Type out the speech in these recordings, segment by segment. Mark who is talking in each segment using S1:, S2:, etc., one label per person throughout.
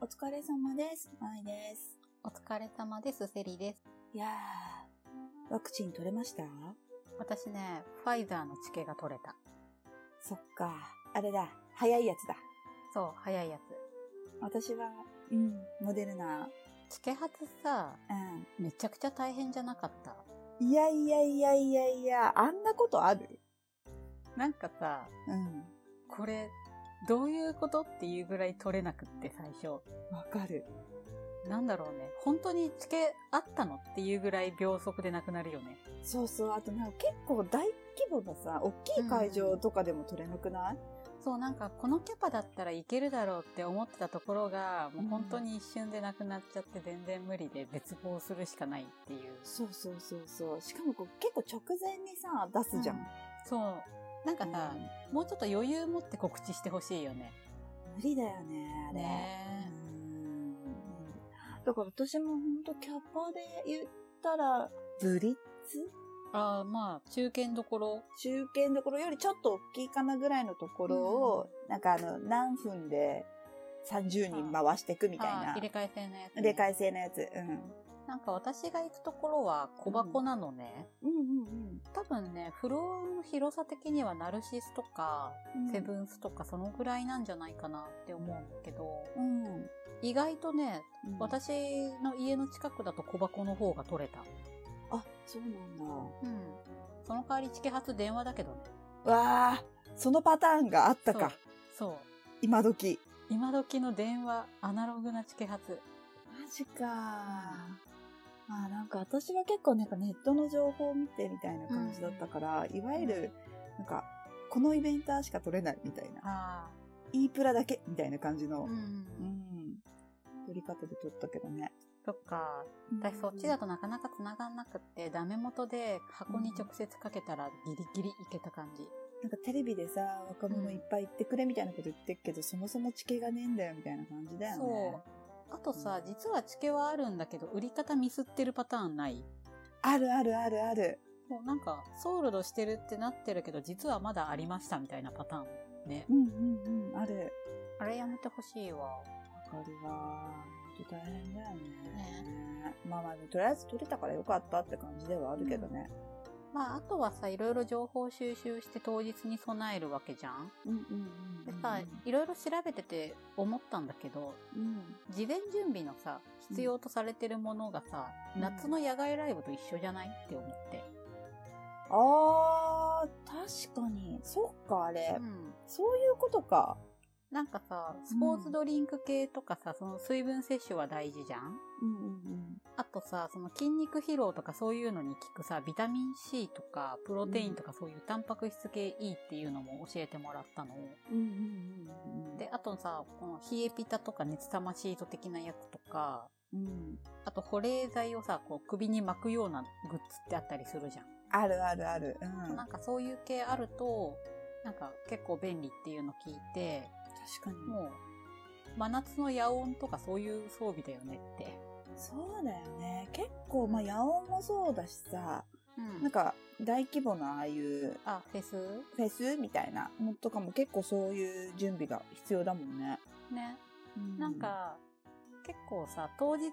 S1: お疲れ様です。まいです。
S2: お疲れ様です、セリです。
S1: いやー、ワクチン取れました
S2: 私ね、ファイザーの治験が取れた。
S1: そっか。あれだ。早いやつだ。
S2: そう、早いや
S1: 私は、うん、モデルナ。
S2: つ。治験発さ、めちゃくちゃ大変じゃなかった。
S1: うん。いやいやいやいやいや、あんなことある
S2: なんかさ、
S1: うん。
S2: これ、どういうことっていうぐらい取れなくって最初。
S1: わかる。
S2: なんだろうね。本当に治験あったのっていうぐらい秒速でなくなるよね。
S1: そうそう。あとなんか結構大規模なさ、大きい会場とかでも取れなくない、
S2: そう、なんかこのキャパだったらいけるだろうって思ってたところが、もう本当に一瞬でなくなっちゃって全然無理で絶望するしかないっていう。
S1: そうそうそうそう。しかもこう結構直前にさ、出すじゃん。
S2: そう。なんかさ、
S1: うん
S2: もうちょっと余裕持って告知してほしいよね。
S1: 無理だよね、あれ。
S2: ね
S1: うんだから私も本当キャパで言ったら、ブリッツ
S2: ああ、まあ、中堅どころ。
S1: 中堅どころよりちょっと大きいかなぐらいのところを、なんかあの、何分で30人回していくみたい
S2: あー
S1: な。
S2: 入れ替え制のやつ、
S1: 入れ替え制のやつ。うん。
S2: なんか私が行くところは小箱なのね。
S1: うんうん
S2: 多分ね、フロアの広さ的にはナルシスとか、
S1: うん。
S2: セブンスとかそのぐらいなんじゃないかなって思うんだけど、
S1: うん。
S2: 意外とね、
S1: うん。
S2: 私の家の近くだと小箱の方が取れた。
S1: あ、そうなんだ。
S2: うん。その代わりチケ発電話だけどね。
S1: わあ、そのパターンがあった
S2: そう
S1: か。
S2: そう。
S1: 今時。
S2: 今時の電話、アナログなチケ発。
S1: マジか。まあなんか私は結構なんかネットの情報を見てみたいな感じだったから、いわゆるなんかこのイベンターしか取れないみたいな、
S2: あ
S1: E プラだけみたいな感じの、
S2: あ。う
S1: うん、
S2: ん。
S1: 取り方で取ったけどね。
S2: そっか。私そっちだとなかなか繋がんなくって、ダメ元で箱に直接かけたらギリギリいけた感じ。
S1: なんかテレビでさ、若者いっぱい行ってくれみたいなこと言ってるけど、そもそも地形がねえんだよみたいな感じだよね。
S2: そう。あとさ、実はチケはあるんだけど、売り方ミスってるパターンない
S1: あるあるあるある。
S2: もうなんか、ソールドしてるってなってるけど、実はまだありましたみたいなパターンね
S1: う。んうんうん、ある。
S2: あれやめてほしいわ。
S1: わかるわ。本当大変だよね。
S2: ね
S1: まあまあ、とりあえず取れたからよかったって感じではあるけどね。
S2: まあ、あとはさ、いろいろ情報収集して当日に備えるわけじゃん
S1: うんうん
S2: でさ、いろいろ調べてて思ったんだけど、
S1: うん。
S2: 事前準備のさ、必要とされてるものがさ、
S1: うん
S2: 夏の野外ライブと一緒じゃないって思って。
S1: あー、確かに。そっか、あれ。
S2: うん。
S1: そういうことか。
S2: なんかさ、スポーツドリンク系とかさ、その水分摂取は大事じゃん
S1: うんうん
S2: あとさ、その筋肉疲労とかそういうのに効くさ、ビタミン C とか、プロテインとかそういうタンパク質系 E っていうのも教えてもらったの。
S1: うん。うんうんうん。
S2: で、、あとさ、この冷えピタとか熱玉シート的なやつとか、
S1: うん。
S2: あと保冷剤をさ、こう首に巻くようなグッズってあったりするじゃん。
S1: あるあるある。うん。確
S2: なんかそういう系あると、なんか結構便利っていうの聞いて、
S1: かに。
S2: もう、真夏の夜音とかそういう装備だよねって。
S1: そうだよね。結構、まあ、野音もそうだしさ、
S2: う
S1: なん。か、大規模なああいう
S2: あ、フェス
S1: フェスみたいなのとかも結構そういう準備が必要だもんね。
S2: ね。
S1: う
S2: なん、か、結構さ、当日、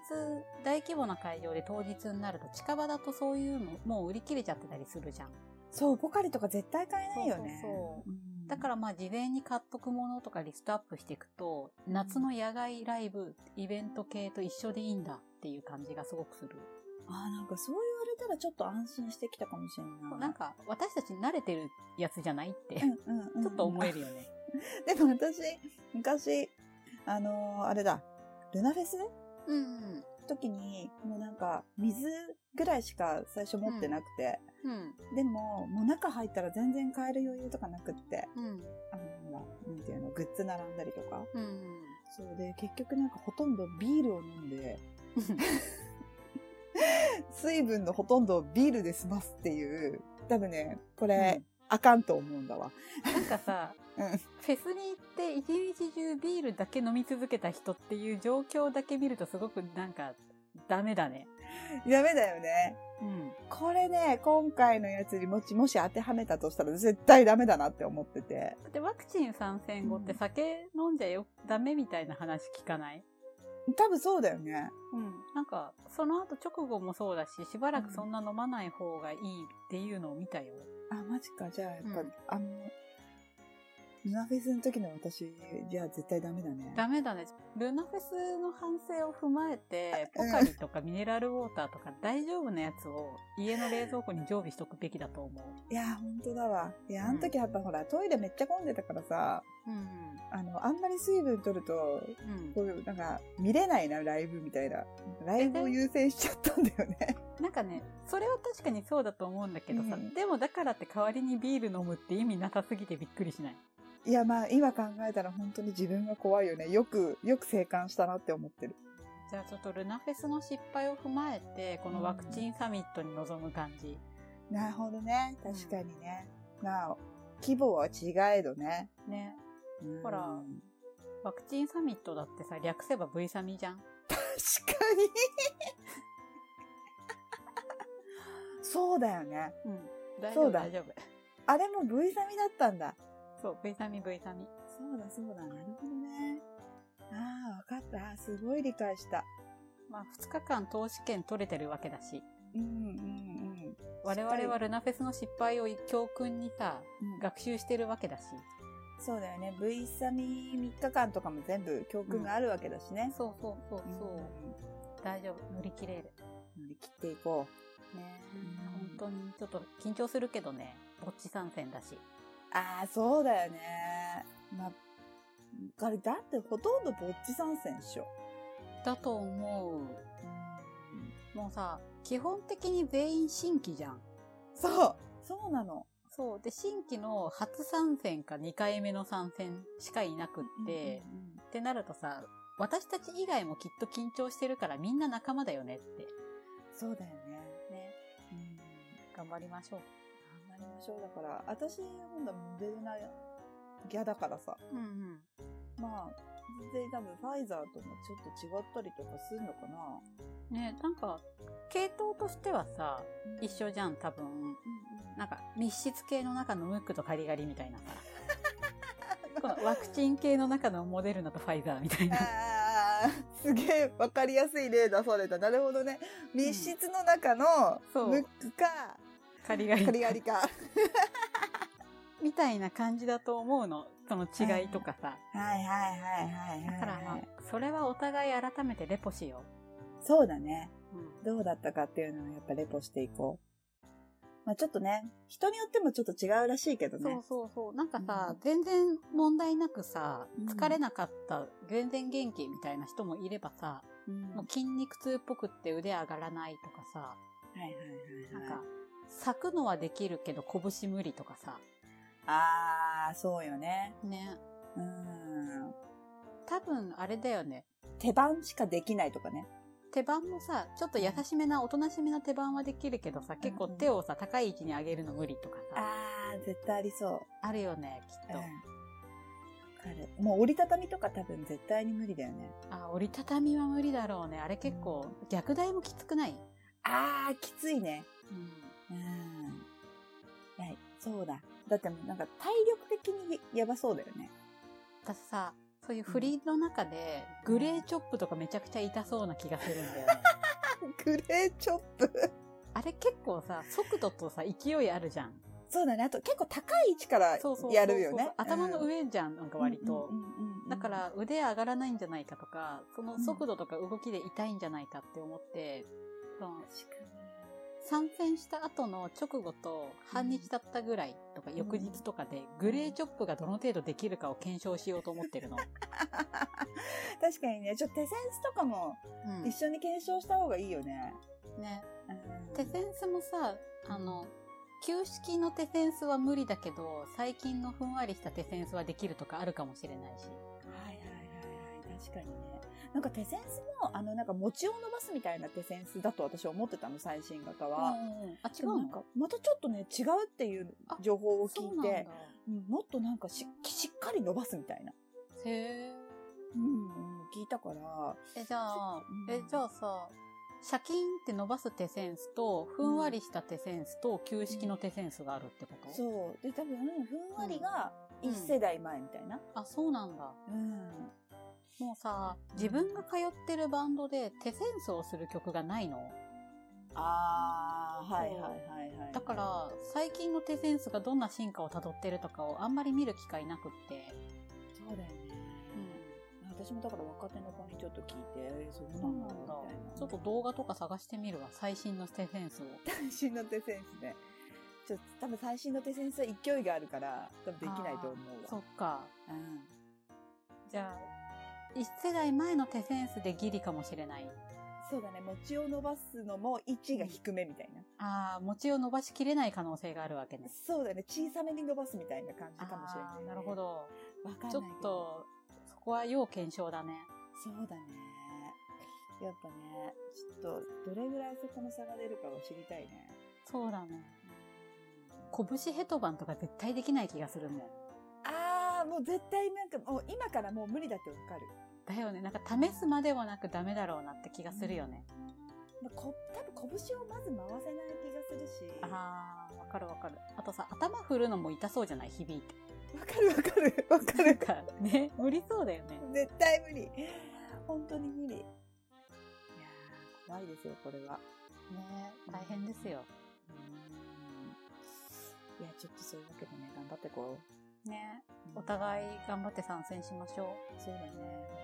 S2: 大規模な会場で当日になると近場だとそういうのもう売り切れちゃってたりするじゃん。
S1: そう、ポカリとか絶対買えないよね。
S2: そうそうそ
S1: うん
S2: だからまあ事前に買っとくものとかリストアップしていくと、夏の野外ライブ、イベント系と一緒でいいんだっていう感じがすごくする。
S1: あーなんかそう言われたらちょっと安心してきたかもしれない。
S2: なん、か私たち慣れてるやつじゃないって、
S1: うん
S2: ち
S1: うんうん、
S2: ょっと思えるよね。
S1: でも私、昔、あのーあれだ、ルナフェス
S2: うん
S1: 時に、もうなんか、水ぐらいしか最初持ってなくて、
S2: うん。
S1: でも、もう中入ったら全然買える余裕とかなくって、
S2: うん。
S1: あの、ほら、なんていうの、グッズ並んだりとか。
S2: うん。
S1: そうで、結局なんかほとんどビールを飲んで、水分のほとんどをビールで済ますっていう、多分ね、これ、あかんと思うんだわ。
S2: なんかさ、
S1: うん
S2: フェスに行って一日中ビールだけ飲み続けた人っていう状況だけ見るとすごくなんかダメだね。
S1: ダメだよね。
S2: うん。
S1: これね、今回のやつにもし、もし当てはめたとしたら絶対ダメだなって思ってて。
S2: だってワクチン参戦後って
S1: うん
S2: 酒飲んじゃよ、ダメみたいな話聞かない
S1: 多分そうだよね。
S2: うん、なんかその後直後もそうだししばらくそんな飲まない方がいいっていうのを見たよ、
S1: あ、マジか。じゃあ、やっぱ、
S2: うん
S1: あの、ルナフェスの時の私じゃあ絶対ダメだね。
S2: ダメだねルナフェスの反省を踏まえてポカリとかミネラルウォーターとか大丈夫なやつを家の冷蔵庫に常備しとくべきだと思
S1: いや、本当だわ。いや、あの時やっぱほら、トイレめっちゃ混んでたからさ、
S2: ううん
S1: あの、あんまり水分取ると、
S2: うん、
S1: こういう、なんか、見れないな、ライブみたいな。ライブを優先しちゃったんだよね。
S2: なんかねそれは確かにそうだと思うんだけどさ、
S1: うん
S2: でもだからって代わりにビール飲むって意味なさすぎてびっくりしない
S1: いや、まあ、今考えたら本当に自分が怖いよね。よく、よく生還したなって思ってる。
S2: じゃあちょっとルナフェスの失敗を踏まえてこのワクチンサミットに臨む感じ、
S1: なるほどね。確かにね。まあ、規模は違えどね。
S2: ね
S1: うん
S2: ほらワクチンサミットだってさ、略せば V サミじゃん。
S1: 確かに。 そうだよね。
S2: うん。大丈
S1: そ
S2: 夫、
S1: うだ
S2: 大丈夫。
S1: あれも V サミだったんだ。
S2: そう、V サミ、V サミ。
S1: そうだそうだ。なるほどね。ああ、わかった。あーすごい理解した。
S2: まあ、2日間投資券取れてるわけだし、
S1: うんうん
S2: 我々はルナフェスの失敗を教訓にさ、
S1: うん。
S2: 学習してるわけだし。
S1: そうだよね。V サミ3日間とかも全部教訓があるわけだしね。
S2: そうそうそうそう。
S1: ん
S2: 大丈夫、乗り切れる。
S1: 乗り切っていこ
S2: ね
S1: うん
S2: 本当に、ちょっと緊張するけどね、ぼっち参戦だし。
S1: う。ああ、そうだよね。まあ、あれ、だってほとんどぼっち参戦っしょ。
S2: だと思う。もうさ、基本的に全員新規じゃん。
S1: そうそうなの。
S2: そう。で、新規の初参戦か2回目の参戦しかいなくって、
S1: うんうんうん
S2: ってなるとさ、私たち以外もきっと緊張してるからみんな仲間だよねって。
S1: そうだよね。
S2: ね。
S1: うん。
S2: 頑張りましょう。
S1: 頑張りましょう。だから、私、今度はモデルナギャだからさ。
S2: うんうん。
S1: まあ、全然多分ファイザーともちょっと違ったりとかするのかな。
S2: ねなんか、系統としてはさ、一
S1: 緒。
S2: 緒じゃん、多分。
S1: うん
S2: なんか、密室系の中のムックとカリガリみたいなさ。 このワクチン系の中のモデルナとファイザーみたい な。
S1: あーすげえ分かりやすい例出されたなるほどね密室の中
S2: そ
S1: の
S2: う
S1: ムックか、
S2: カリガリ。
S1: カリガリか
S2: みたいな感じだと思うの。その違いとかさ。
S1: はいはいはいはい
S2: だからまあ、それはお互い改めてレポしよ
S1: そうだね
S2: う。うん。
S1: どうだったかっていうのをやっぱレポしていこうまあちょっとね人によってもちょっと違うらしいけど
S2: そ
S1: ね
S2: うそうそう。なんかさ、
S1: うん
S2: 全然問題なくさ
S1: うん、
S2: 疲れなかった、全然元気みたいな人もいればさ、
S1: うんは
S2: もう筋肉痛っぽくって腕上がらないとかさ、
S1: いはい
S2: な
S1: はい
S2: ん
S1: は
S2: か
S1: い、
S2: 咲くのはできるけど拳無理とかさ、
S1: ああそうよね
S2: ね。
S1: うん
S2: 多分あれだよね。
S1: 手番しかできないとかね
S2: 手番もさ、ちょっと優しめな、おとなしめな手番はできるけどさ、結構手をさ、高い位置に上げるの無理とかさ、
S1: ああ絶対ありそう
S2: あるよね、きっ
S1: うん
S2: と
S1: わ。かるもう折りたたみとか多分絶対に無理だよね
S2: あ、折りたたみは無理だろうね。あれ結構、逆台もきつくない
S1: あー、きついね。
S2: うん。
S1: うん。はい、そうだ。だってもうなんか体力的にやばそうだよ ね。
S2: 私さ、そういう振りの中で、グレーチョップとかめちゃくちゃ痛そうな気がするんだよね。
S1: グレーチョップ。
S2: あれ結構さ、速度とさ、勢いあるじゃん。
S1: そうだね。あと結構高い位置から
S2: そうそうそうそう
S1: やるよね。
S2: 頭の
S1: うん
S2: 上じゃん、なんか割と
S1: う。んうんうんうん
S2: だか、ら腕上がらないんじゃないかとか、その速度とか動きで痛いんじゃないかって思って、その
S1: 確
S2: 参戦した後の直後と半日経ったぐらいとか翌日とかでグレーチョップがどの程度できるかを検証しようと思ってるの。
S1: かに。 確かにね、ちょっと手センスとかも
S2: うん
S1: 一緒に検証した方がいいよね。
S2: ね。
S1: うん
S2: 手センスもさあの旧式の手センスは無理だけど最近のふんわりした手センスはできるとかあるかもしれないし
S1: はいはいはいはい。確かにね。なんか手センスも、あの、なんか持ちを伸ばすみたいな手センスだと私思ってたの、最新型は。
S2: あ違
S1: でも
S2: う
S1: なん
S2: の
S1: かまたちょっとね違うっていう情報を聞いてうんもっとなんかししっかり伸ばすみたいな、
S2: へえ
S1: うん、聞いたから
S2: えじゃあ
S1: うん
S2: えじゃあさシャキーンって伸ばす手センスとふんわりした手センスと旧式の手センスがあるってこと、
S1: そうで多分ふんわりが
S2: うん
S1: 1世代前みたいな、
S2: あそうなんだ
S1: うん
S2: もうさ、自分が通ってるバンドで手戦争する曲がないの。
S1: ああ、はいはいはいはい。
S2: だから、最近の手センスがどんな進化をたどってるとかをあんまり見る機会なくって。
S1: そうだよね。私もだから若手の子にちょっと聞いて、えーそうなんだ、みたいな。
S2: ちょっと動画とか探してみるわ、最新の手センスを。
S1: 最新の手センスね。ちょっと多分最新の手センスは勢いがあるから、多分できないと思うわ。
S2: そっか。
S1: うん。
S2: じゃあ、一世代前の手センスでギリかもしれない。
S1: そうだね。持ちを伸ばすのも位置が低めみたいな。
S2: ああ、餅を伸ばしきれない可能性があるわけね。
S1: そうだね。小さめに伸ばすみたいな感じかもしれない、
S2: あーなるほ。ど。
S1: わかんないけ
S2: ちょ
S1: ど
S2: っ。と、そこは要検証だね。
S1: そうだね。やっぱね、ちょっと、どれぐらいそこの差が出るかを知りたいね。
S2: そうだね。拳ヘトバンとか絶対できない気がするもん。
S1: あー、もう絶対なんか、もう今からもう無理だってわかる。
S2: だよね。なんか試すまでもなくダメだろうなって気がするよね。
S1: まあ、こ多分拳をまず回せない気がするし。わ
S2: ああ、わかるわかる。あとさ、頭振るのも痛そうじゃない響いて。
S1: かるわかる。わか
S2: なん
S1: る。
S2: かね、無理そうだよね。
S1: 絶対無理。本当に無理。いやー、怖いですよ、これは。
S2: ね大変ですよ。
S1: いや、ちょっとそういうわけでね、頑張ってこう。
S2: ね
S1: うん
S2: お互い頑張って参戦しましょ
S1: そうだね。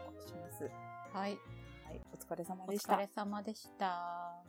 S1: 報告します。は
S2: う。はい。
S1: い、お疲れ様
S2: お
S1: でした
S2: 疲。れ様でした。